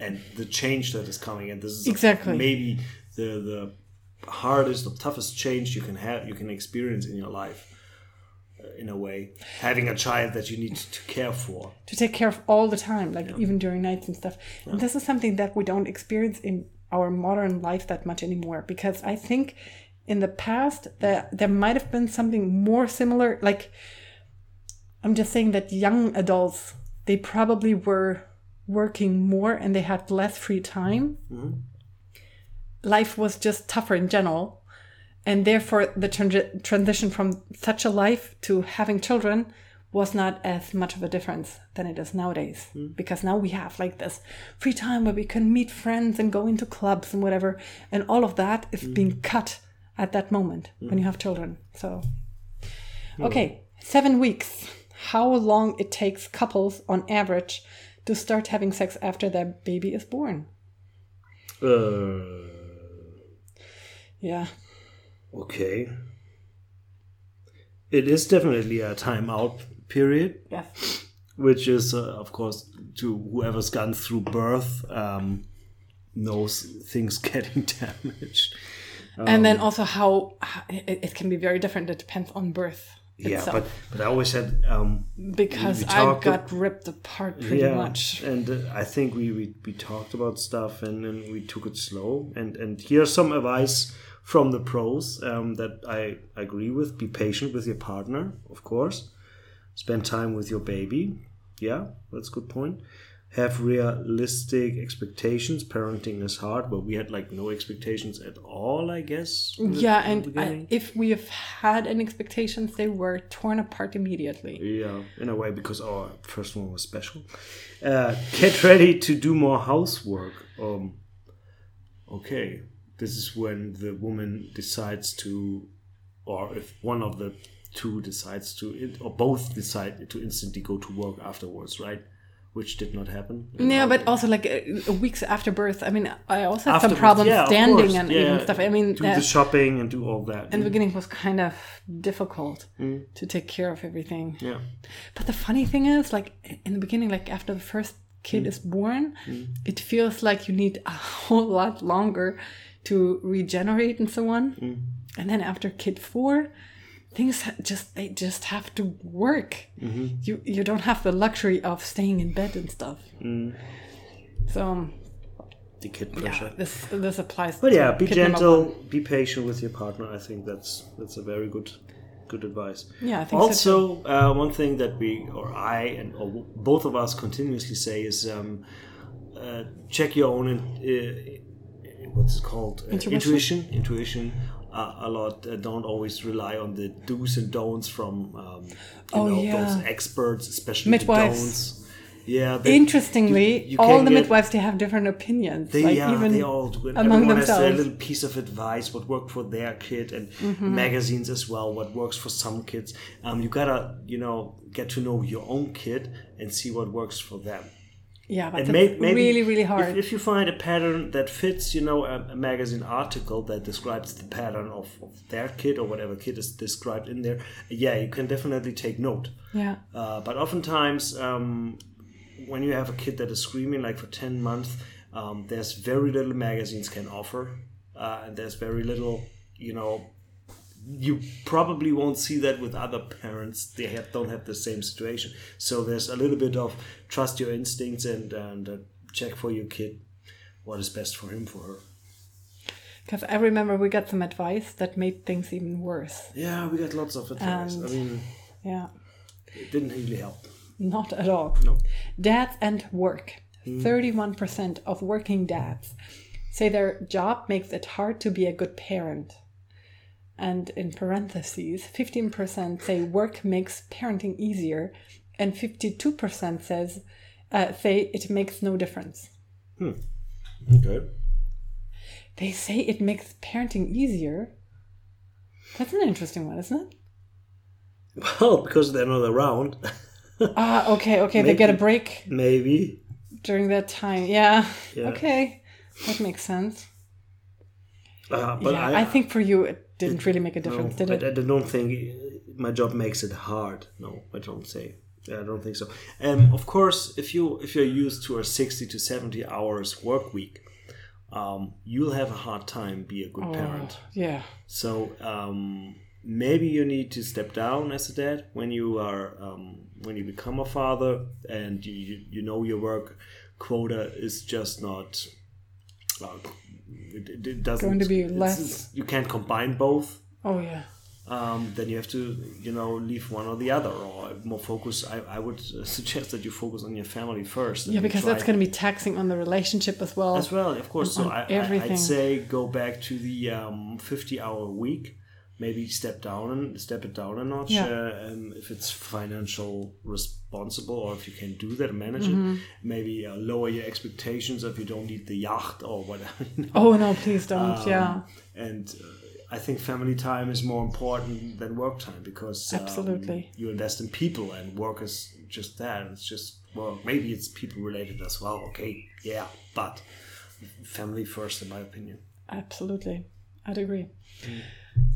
and the change that is coming, and this is
Exactly.
maybe the the hardest or toughest change you can have, you can experience in your life, uh, in a way, having a child that you need to care for.
to take care of all the time, like even during nights and stuff. And this is something that we don't experience in our modern life that much anymore because I think in the past there there might have been something more similar. Like I'm just saying that young adults they probably were working more and they had less free time. Life was just tougher in general. And therefore, the tran- transition from such a life to having children was not as much of a difference than it is nowadays because now we have like this free time where we can meet friends and go into clubs and whatever and all of that is being cut at that moment when you have children so okay 7 weeks how long it takes couples on average to start having sex after their baby is born
Uh,
yeah
okay. It is definitely a timeout period.
yes
which is uh, of course to whoever's gone through birth um, knows things <laughs> getting damaged
and
Um,
then also how h- it, it can be very different it depends on birth
yeah
itself.
but but i always had um
because
we
I
talked-
got ripped apart pretty
yeah
much.
and uh, i think we, we we talked about stuff and then we took it slow and and here's some advice from the pros um, that i agree with be patient with your partner of course spend time with your baby yeah that's a good point have realistic expectations parenting is hard but we had like no expectations at all i guess in the-
Yeah,
in the
and I,
beginning.
if we have had any expectations, they were torn apart immediately.
yeah in a way because our first one was special uh, get ready to do more housework um okay this is when the woman decides to or if one of the two decides to or both decide to instantly go to work afterwards right which did not happen
Yeah, but also like uh, weeks after birth. I mean, I also had some
Afterwards,
problems
yeah, of
standing
course,
and
yeah,
even stuff. I mean,
do
uh,
the shopping and do all that Mm.
in the beginning was kind of difficult to take care of everything.
yeah
But the funny thing is, like in the beginning, like after the first kid
Mm.
is born, it feels like you need a <laughs> whole lot longer to regenerate and so on.
Mm.
And then after kid four, things ha- just they just have to work.
Mm-hmm.
You you don't have the luxury of staying in bed and stuff.
Mm.
So um,
the kid
yeah,
pressure
this this applies.
But
to
yeah, be
kid number
gentle,
one.
be patient with your partner. I think that's that's a very good good advice.
Yeah, I think so
also uh, one thing that we or I and or both of us continuously say is um, uh, check your own uh, what's it called Uh,
Intuition?
intuition intuition. Uh, a lot uh, don't always rely on the do's and don'ts from um, you
Oh,
know
yeah.
those experts, especially
Midwives.
The don'ts. Yeah, they-
Interestingly,
you- you
all
can
the
get-
midwives they have different opinions.
they,
like
yeah,
even
they all do it.
among
Everyone has
themselves. Mm-hmm.
their little piece of advice, what worked for their kid, and magazines as well, what works for some kids. Um, you gotta, you know, get to know your own kid and see what works for them.
yeah, but
And
it's
may- maybe
really really
if-
hard.
If, you find a pattern that fits, you know, a, a magazine article that describes the pattern of, of their kid or whatever kid is described in there, yeah, you can definitely take note.
yeah.
Uh, but oftentimes, um, when you have a kid that is screaming like for 10 months, um, there's very little magazines can offer. Uh, and there's very little, you know, you probably won't see that with other parents. They have, don't have the same situation. So there's a little bit of trust your instincts and, and uh, check for your kid what is best for him, for her.
Because I remember we got some advice that made things even worse.
Yeah, we got lots of advice. I
And-
mean,
Yeah,
it didn't really help.
not at all.
No. Hmm.
Dads and work. 31% of working dads say their job makes it hard to be a good parent. And in parentheses, 15% say work makes parenting easier, and 52% says uh, say it makes no difference.
<laughs> Okay.
They say it makes parenting easier. That's an interesting one, isn't it?
Well, because they're not around. <laughs>
Ah, okay, okay. They
Maybe.
get a break
Maybe.
during that time. Yeah.
Yeah.
Okay. That makes sense.
Uh, but
yeah,
I,
I, think for you it didn't really make a
no,
difference, did
I,
it?
I don't think my job makes it hard. No, I don't say. I don't think so. Um, of course, if you if you're used to a sixty to seventy hours work week, um, you'll have a hard time be a good
Oh.
parent.
yeah.
So um, maybe you need to step down as a dad when you are um, when you become a father and you you, you know your work quota is just not. Uh, it, it- it doesn't
Going to be
it's-
less.
it's- you can't combine both
Oh yeah.
um, then you have to you know leave one or the other or more focus i, I would <laughs> uh, suggest that you focus on your family first and
Yeah, because
try-
that's going to be taxing on the relationship as well.
as well of course so
on
I, I,
everything.
i'd say go back to the um, 50 hour week maybe step down and step it down a notch
Yeah.
uh, um, if it's financial responsible or if you can do that manage
Mm-hmm.
it maybe uh, lower your expectations if you don't need the yacht or whatever <laughs> you know.
Oh no, please don't.
Um,
yeah.
and uh, I think family time is more important than work time because um,
Absolutely.
you invest in people and work is just that. It's just well, maybe it's people related as well. Okay, yeah, but family first, in my opinion.
Absolutely. I'd agree.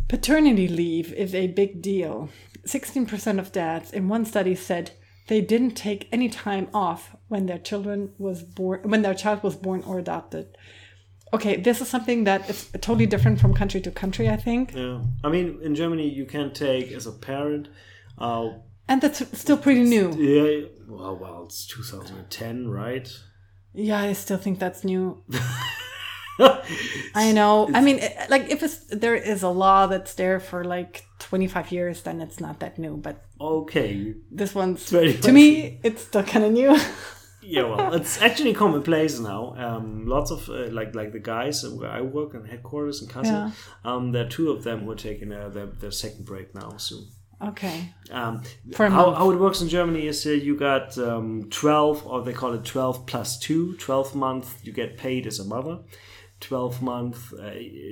Paternity leave is a big deal. 16% of dads in one study said they didn't take any time off when their children was born when their child was born or adopted. Okay, this is something that is totally different from country to country, I think.
Yeah, I mean, in Germany, you can take as a parent. Uh,
And that's still pretty new.
yeah, well, well, it's 2010, right?
Yeah, I still think that's <laughs> new. I know. I mean, it- like if it's, there is a law that's there for like 25 years, then it's not that new, but
Okay,
this one's
very
to me it's still kind of new
yeah, well, it's actually commonplace now. Um, lots of uh, like like the guys where I work in headquarters in Kassel,
Yeah.
um, there are two of them who are taking uh, their their second break now soon.
<laughs> okay
Um,
For a
how,
month.
how it works in Germany is uh, you got um, 12, or they call it 12 plus 2. 12 month you get paid as a mother. 12 month, uh,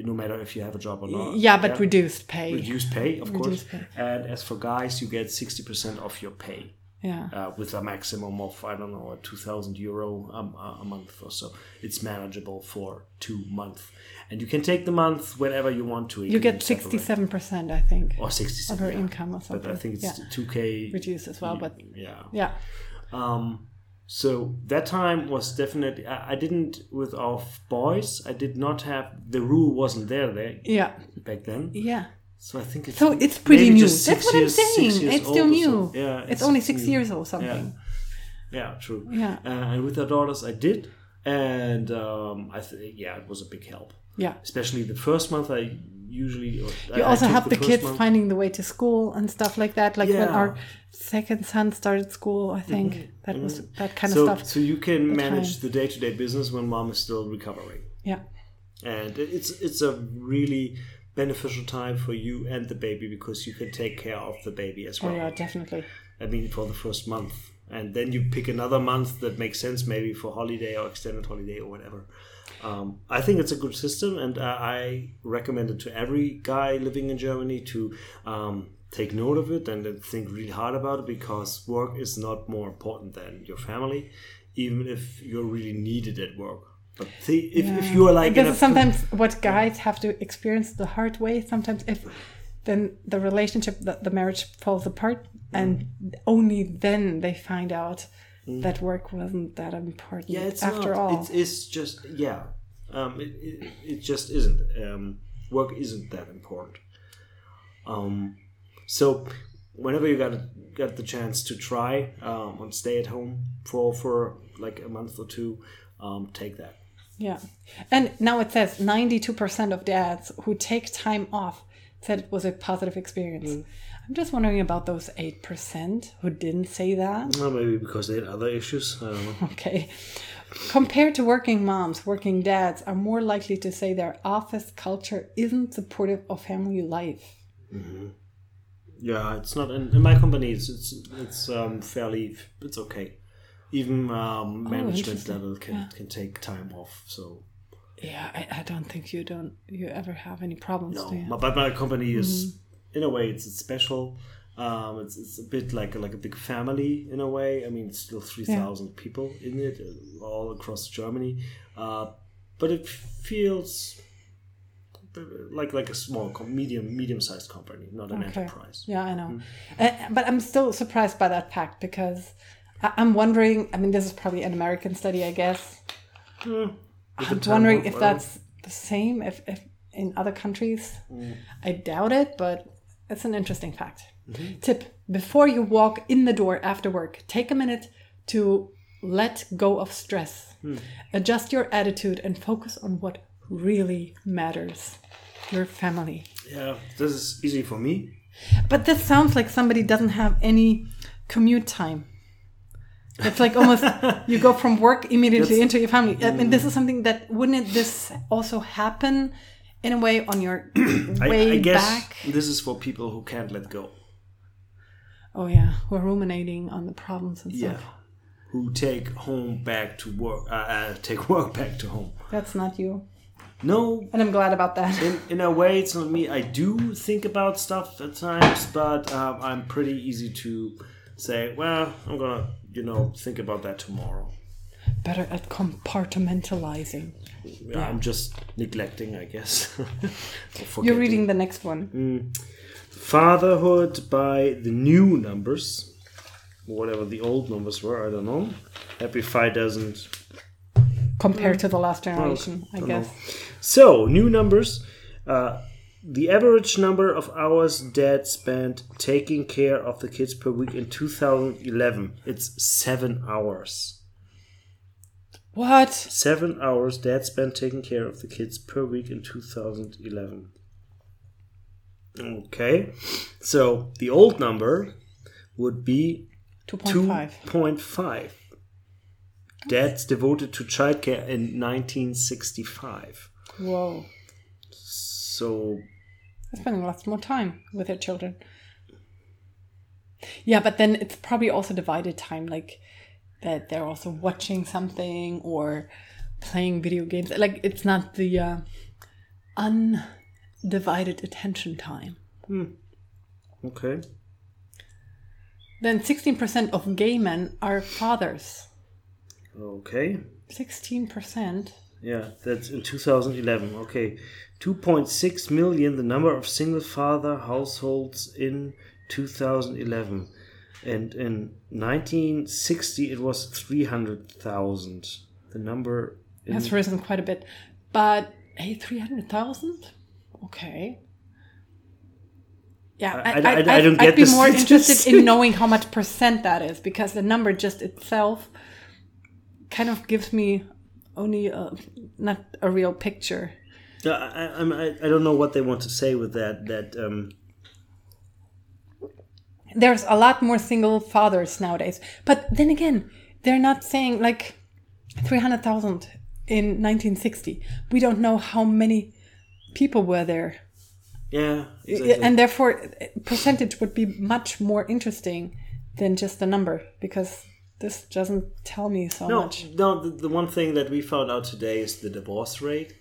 no matter if you have a job or not.
yeah but reduced pay
Reduced pay, of course.
Reduced pay.
And as for guys, you get 60% of your pay
yeah
uh, with a maximum of I don't know, two thousand euro um, a a month or so. It's manageable for two months, and you can take the month whenever you want to.
you get
can separate. Oh,
67% i think
or sixty-seven
of her
yeah.
income or
But
something
I think it's
yeah.
two k
reduced as well but
Yeah.
yeah
Um, so that time was definitely. I, I didn't with our boys. I did not have the rule wasn't there there
yeah
back then.
yeah
So I think it's
so it's pretty
maybe
new
just six
that's what i'm
years- six
saying
years
it's still
old or
new
so. Yeah,
it's, only six
new.
years or something
Yeah, true.
Yeah.
Uh, and with our daughters, I did, and um, I th- yeah, it was a big help.
yeah,
Especially the first month, I usually or I-
you
I
also
took
help the,
first
kids
month.
finding the way to school and stuff like that like when
Yeah. Mm-hmm.
our second son started school i think that was that kind
so,
of stuff
So you can
the
manage
time.
the day-to-day business when mom is still recovering,
yeah
and it- it's it's a really beneficial time for you and the baby because you can take care of the baby as
oh
well.
yeah definitely
I mean, for the first month. And then you pick another month that makes sense, maybe for holiday or extended holiday or whatever. Um, I think it's a good system, and I I recommend it to every guy living in Germany to um, take note of it and then think really hard about it because work is not more important than your family, even if you're really needed at work. But thi- if, if you are like in
this
a
is sometimes what guys have to experience the hard way sometimes if then the relationship the, the marriage falls apart
Mm.
and only then they find out that work wasn't that important
Mm. yeah, it's
after
not.
all
it's, it's just yeah, um, it, it, it just isn't. Um, work isn't that important. Um, so whenever you got got the chance to try um, and stay at home for for like a month or two, um, take that.
yeah and now it says 92% of dads who take time off said it was a positive experience
Mm.
i'm just wondering about those 8% who didn't say that
Well, maybe because they had other issues. I don't know.
Okay. Compared to working moms, working dads are more likely to say their office culture isn't supportive of family life.
<laughs> yeah, it's not in, in my company. It's it's, it's um, fairly it's okay. Even um, management
Oh, interesting.
level can can take time off. So
Yeah, I, I don't think you don't you ever have any problems,
No,
do you? Mm-hmm.
my, but my company is in a way it's, it's special Um, it's, it's a bit like a, like a big family in a way. I mean, it's still three thousand people in it, uh, all across Germany, uh, but it feels like like a small, com- medium medium sized company, not an
Okay.
enterprise. Mm-hmm.
Yeah, I know. Uh, but I'm still surprised by that fact because I- I'm wondering. I mean, this is probably an American study, I guess.
Hmm.
I'm wondering if that's the same if, if in other countries. I doubt it, but it's an interesting fact. Tip before you walk in the door after work, take a minute to let go of stress, adjust your attitude, and focus on what really matters your family.
Yeah, this is easy for me.
But this sounds like somebody doesn't have any commute time. It's like
<laughs>
almost you go from work immediately into your family. I mean,
Mm.
this is something that wouldn't this also happen in a way on your
<clears throat> I,
way
I guess
back?
this is for people who can't let go.
Oh yeah, we're ruminating on the problems and
Yeah,
stuff.
who take home back to work, uh, uh, take <laughs> work back to home.
That's not you,
No,
and I'm glad about that.
<laughs> in, in a way, it's not me. I do think about stuff at times, but um, I'm pretty easy to say, well, I'm gonna, you know, think about that tomorrow.
Better at compartmentalizing.
Yeah, I'm just neglecting, I guess. <laughs> Or
You're
forgetting.
reading the next one.
Mm. Fatherhood by the new numbers, whatever the old numbers were, I don't know. Happy Five doesn't
Compared to the last generation, I
don't
guess.
So, new numbers. Uh, the average number of hours dad spent taking care of the kids per week in 2011. It's seven hours.
What?
Seven hours dad spent taking care of the kids per week in 2011. Okay. So, the old number would be
2.5.
2.5. Dad's devoted to childcare in 1965.
Whoa.
So
They're spending lots more time with their children. Yeah, but then it's probably also divided time, like that they're also watching something or playing video games. Like it's not the uh, undivided attention time.
Okay.
Then 16% of gay men are fathers.
Okay.
16%.
Yeah, that's in 2011. Okay. 2.6 million, the number of single father households in 2011. And in 1960, it was 300,000. The number. In,
has risen quite a bit. But hey, 300,000? Okay. Yeah,
I-
I,
I-
I,
I- I don't
would
get
be
the <laughs>
more interested
statistic.
in knowing how much percent that is because the number just itself kind of gives me only a, not a real picture.
No, I, I, I'm- I, I don't know what they want to say with that. That um,
There's a lot more single fathers nowadays. But then again, they're not saying like 300,000 in 1960. We don't know how many people were there
Yeah.
Yeah,
exactly.
and therefore uh, percentage would be much more interesting than just the number because this doesn't tell me so
no,
much
no the, the one thing that we found out today is the divorce rate.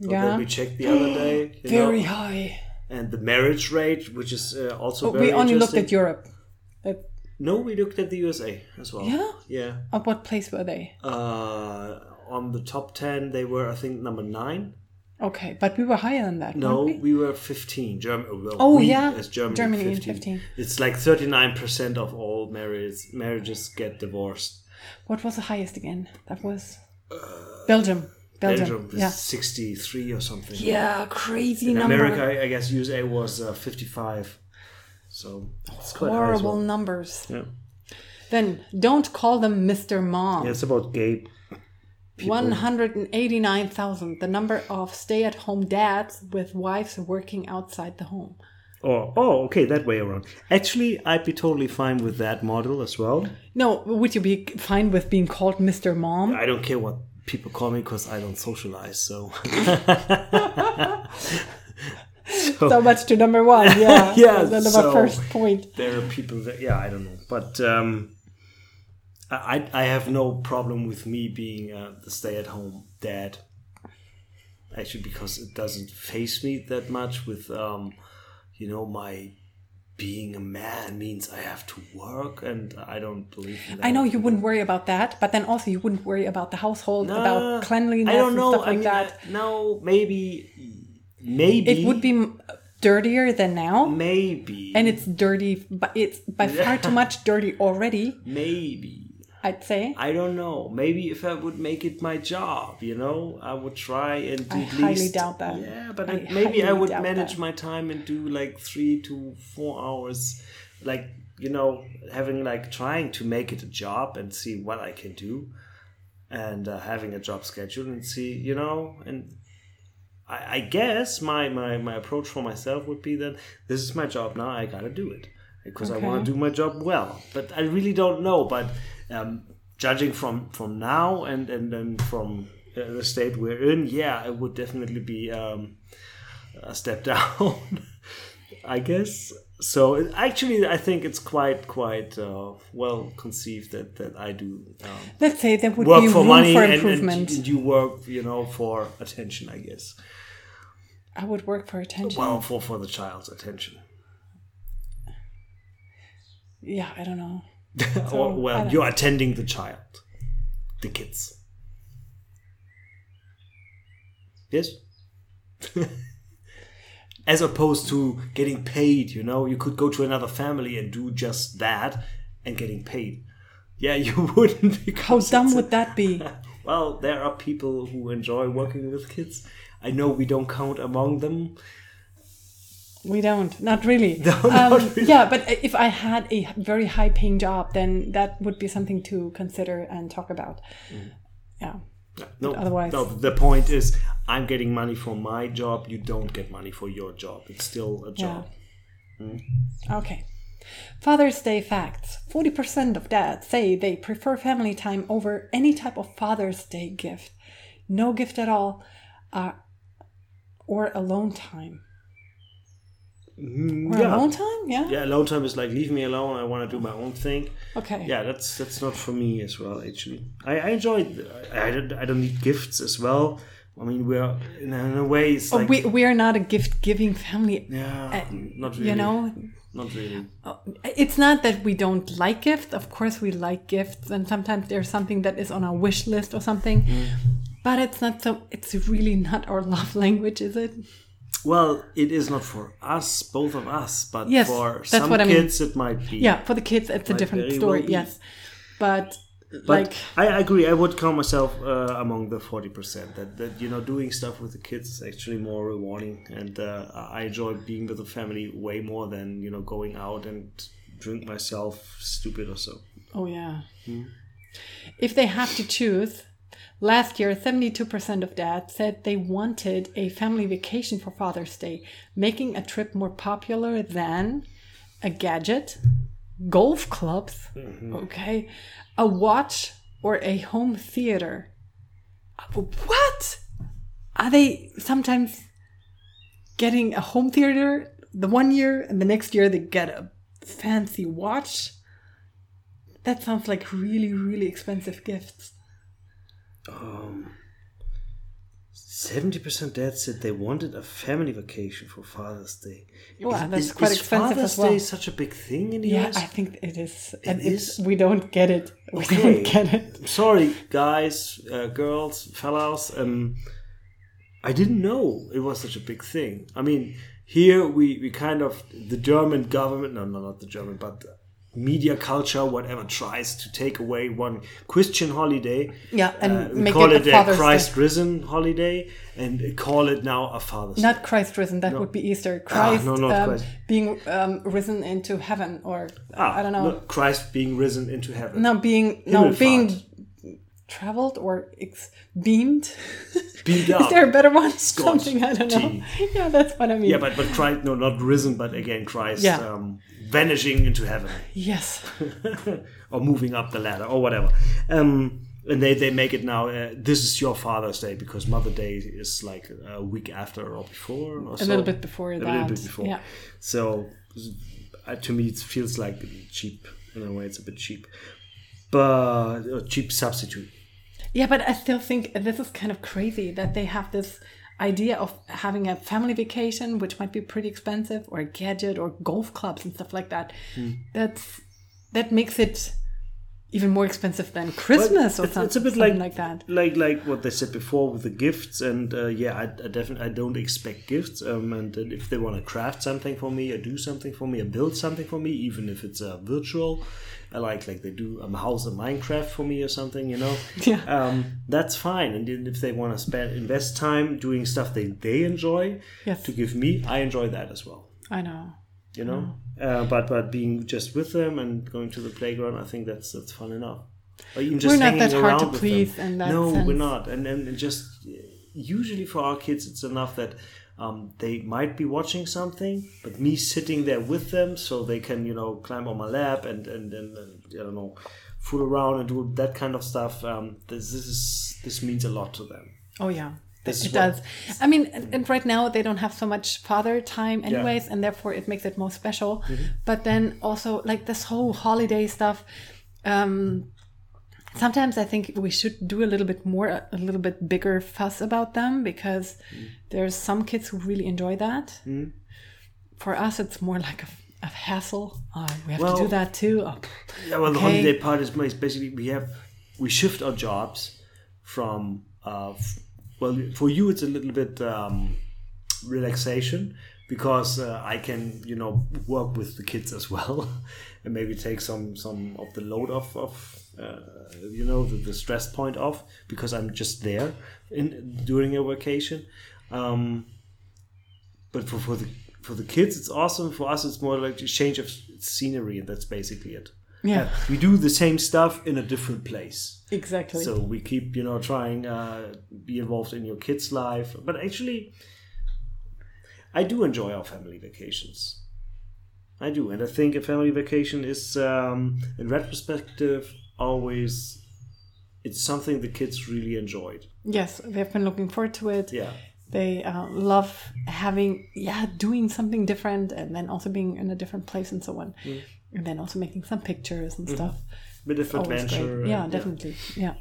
That
yeah
we checked the other day. you
very
know,
high
and the marriage rate, which is uh, also
but
very
Oh, we only looked
interesting.
at europe At-
No, we looked at the USA as well.
Yeah?
Yeah.
at what place were they
Uh, on the top 10, they were, I think, number nine.
okay but we were higher than that
No,
weren't
we,
we?
were 15. Germany, well,
Oh,
we
yeah.
As Germany,
Germany,
15.
15.
It's like 39% of all marriages, marriages get divorced.
what was the highest again that was belgium belgium,
Belgium is
yeah
63 or something.
yeah crazy
In
number
America, I guess USA was uh, 55. So it's quite high as
horrible
well.
numbers
Yeah.
then don't call them mr mom
Yeah, it's about gay.
189,000, the number of stay at home dads with wives working outside the home.
Or, oh, okay, that way around. Actually, I'd be totally fine with that model as well.
No, would you be fine with being called Mr. Mom?
I don't care what people call me because I don't socialize. So <laughs>
So much to
<laughs>
number one, yeah.
Yeah,
the number
Oh. so-
first point.
there are people that yeah, I don't know, but um, I I I have no problem with me being uh, the stay-at-home dad. Actually, because it doesn't face me that much with um, you know my being a man means I have to work, and I don't believe in that.
I know you wouldn't worry about that, but then also you wouldn't worry about the household,
Uh,
about cleanliness
I don't
and
know.
stuff
I
like
mean,
that.
I- no, maybe, maybe
it would be m- dirtier than
Mm.
now,
maybe,
and it's dirty, but it's
<laughs>
by far too much dirty already.
maybe.
I'd say.
I don't know. Maybe if I would make it my job, you know, I would try and do
I
at
highly
least.
doubt that.
Yeah, but
I
I- maybe I
highly
would
doubt
manage
that.
my time and do like three to four hours, like you know, having like trying to make it a job and see what I can do, and uh, having a job schedule and see, you know, and. I, I guess my, my, my approach for myself would be that this is my job now, I gotta do it. Because I wanna
Okay.
do my job well. But I really don't know. But um, judging from, from now and, and, and from uh, the state we're in, yeah, it would definitely be um, a step <laughs> down, I guess. So it, actually, I think it's quite quite uh, well conceived that, that I do um,
Let's say there would
work
be
for
room
money
for
and-
improvement.
And, and you work, you know, for attention, I guess.
I would work for attention.
Well, for for the child's attention.
yeah, I don't know.
or,
I
well,
don't-
you're attending the child, the kids. Yes. <laughs> As opposed to getting paid, you know, you could go to another family and do just that and getting paid. Yeah, <laughs> you wouldn't.
How
Because
dumb
it's a-
would
<laughs>
that be?
Well, there are people who enjoy working with kids. I know we don't count among them.
We don't. Not really.
No,
um,
not really.
Yeah, but if I had a very high paying job, then that would be something to consider and talk about.
Mm.
Yeah.
No,
otherwise-
no. The point is, I'm getting money for my job. You don't get money for your job. It's still a
Yeah.
job.
Okay. Father's Day facts 40% of dads say they prefer family time over any type of Father's Day gift. No gift at all uh, or alone time.
Mm,
Or
yeah.
alone time? Yeah.
Yeah, alone time is like leave me alone. I want to do my own thing.
Okay.
Yeah, that's that's not for me as well. Actually, I, I enjoy. I, I don't I don't need gifts as well. I mean, we're in a, in a way it's
Oh,
like
we, we are not a gift giving family.
yeah, mm,
uh,
not really.
You know, Oh.
not really.
it's not that we don't like gifts. Of course, we like gifts, and sometimes there's something that is on our wish list or something.
Mm.
But it's not so. It's really not our <laughs> love language, is it?
Well, it is not for us, both of us, but
Yes,
for
that's
some
what I mean.
kids it might be.
Yeah, for the kids, it's a
Might
different
very
story.
well be.
Yes, but,
But
like
I agree. I would count myself uh, among the forty percent that that you know doing stuff with the kids is actually more rewarding, and uh, I enjoy being with the family way more than you know going out and drink myself stupid or so.
oh yeah, if they have to choose. Last year, 72% of dads said they wanted a family vacation for Father's Day, making a trip more popular than a gadget, golf clubs, okay, a watch, or a home theater. What? Are they sometimes getting a home theater the one year and the next year they get a fancy watch? That sounds like really, really expensive gifts.
Seventy percent dads said they wanted a family vacation for Father's Day.
Well,
Is-
that's
is-
quite
is
expensive
Father's
as well.
Day is such a big thing in the
Yeah,
US.
I think it is. and it's
is?
We don't get it. We
Okay.
don't get it.
I'm sorry, guys, uh, girls, fellas. Um, I didn't know it was such a big thing. I mean, here we, we kind of the German government, no, no, not the German, but the media culture, whatever, tries to take away one Christian holiday.
Yeah, and
Uh, we
make
call
it
it,
a
a
Father's
Christ
Day.
risen holiday, and call it now a Father's Day.
Not Christ risen. That would be Easter. Christ,
Ah, no, not
um,
Christ.
being um, risen into heaven, or
Ah,
I don't know.
no, Christ being risen into heaven.
No, being no
Himmelfahrt.
being traveled or ex- beamed.
Beamed
<laughs> Is
up.
there a better one?
Scotch
Something I don't know.
tea.
<laughs> Yeah, that's what I mean.
Yeah, but but Christ, no, not risen, but again Christ
Yeah.
um, vanishing into heaven.
yes,
or moving up the ladder or whatever. Um, and they, they make it now. Uh, this is your Father's Day because Mother Day is like a week after or before. Or
a little bit before
a
that.
little bit before.
Yeah.
So uh, to me, it feels like cheap in a way. It's a bit cheap, but a cheap substitute.
Yeah, but I still think this is kind of crazy that they have this idea of having a family vacation, which might be pretty expensive, or a gadget, or golf clubs and stuff like that.
Hmm.
That's that makes it even more expensive than Christmas or
it's,
something.
it's a bit
something
like,
like that.
like like what they said before with the gifts and uh, yeah I, I definitely I don't expect gifts um, and, and if they want to craft something for me or do something for me or build something for me even if it's uh, virtual I like like they do um, house of Minecraft for me or something you know
<laughs> Yeah.
um, that's fine and then if they want to spend invest time doing stuff they they enjoy
Yes.
to give me I enjoy that as well
I know.
you know uh,
Mm-hmm.
but but being just with them and going to the playground i think that's that's fun enough or even just
We're not
hanging
that hard
around
to
with
please
them.
in that
no we're
sense.
not and then just usually for our kids it's enough that um, they might be watching something but me sitting there with them so they can you know climb on my lap and and and, and i don't know fool around and do that kind of stuff um, this, this is this means a lot to them
Oh yeah.
This
it
is what-
does. I mean, and, and right now they don't have so much father time, anyways, and therefore it makes it more special.
Mm-hmm.
But then also, like this whole holiday stuff, um, sometimes I think we should do a little bit more, a- a little bit bigger fuss about them because
Mm.
there's some kids who really enjoy that. For us, it's more like a, a hassle. Oh, we have to
Well-
do that too. Oh,
Yeah, well, the
Okay.
holiday part is is basically we have we shift our jobs from uh, f- well for you it's a little bit um, relaxation because uh, I can you know work with the kids as well <laughs> and maybe take some some of the load off of uh, you know the, the stress point off because I'm just there in during a vacation. Um, but for, for the for the kids it's awesome for us it's more like a change of scenery and that's basically it
Yeah.
we do the same stuff in a different place
exactly.
so we keep you know trying uh be involved in your kids life but actually i do enjoy our family vacations i do and i think a family vacation is um in retrospective always it's something the kids really enjoyed
yes, they've been looking forward to it.
yeah
they uh, love having yeah doing something different and then also being in a different place and so on
Mm.
and then also making some pictures and stuff
bit of
Always great.
Mm-hmm. adventure and-
yeah definitely yeah,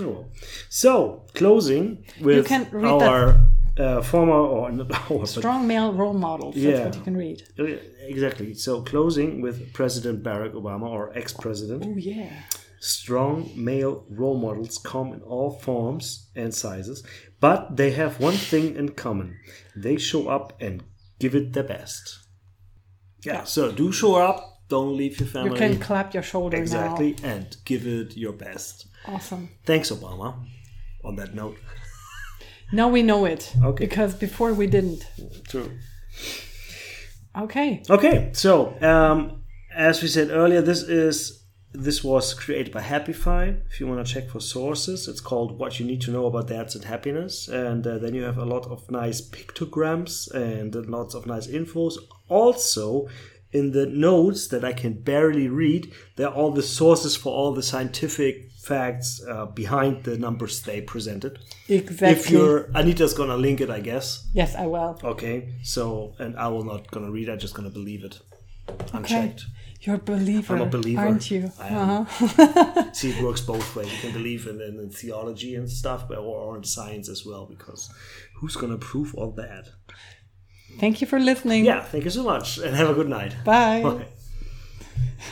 Oh, well. So, closing with
can read
our uh, former or not <laughs> our, but- Oh,
strong male role models that's
Yeah.
what you can read
exactly. So, closing with President Barack Obama or ex-president.
oh yeah
Strong male role models come in all forms and sizes, but they have one thing in common: they show up and give it their best. Yeah. So, do show up. Don't leave your
you
family.
can clap your shoulder
exactly, and give it your best.
now awesome
Thanks, Obama. On that note.
now we know it
Okay.
because before we didn't
True.
okay
Okay, so um, as we said earlier, this is this was created by Happify. If you want to check for sources, it's called "What You Need to Know About Dads and Happiness," and uh, then you have a lot of nice pictograms and lots of nice infos. Also, in the notes that I can barely read, there are all the sources for all the scientific facts uh, behind the numbers they presented.
exactly
If you're Anita's gonna link it, I guess.
yes i will
Okay, so and I will not gonna read. I'm just gonna believe it. Unchecked.
you're a believer
I'm a believer.
aren't you Uh-huh.
I am. See, it works both ways. You can believe in, in, in theology and stuff, but or, or in science as well. Because who's gonna prove all that?
thank you for listening
Yeah. Thank you so much, and have a good night.
bye.
Bye.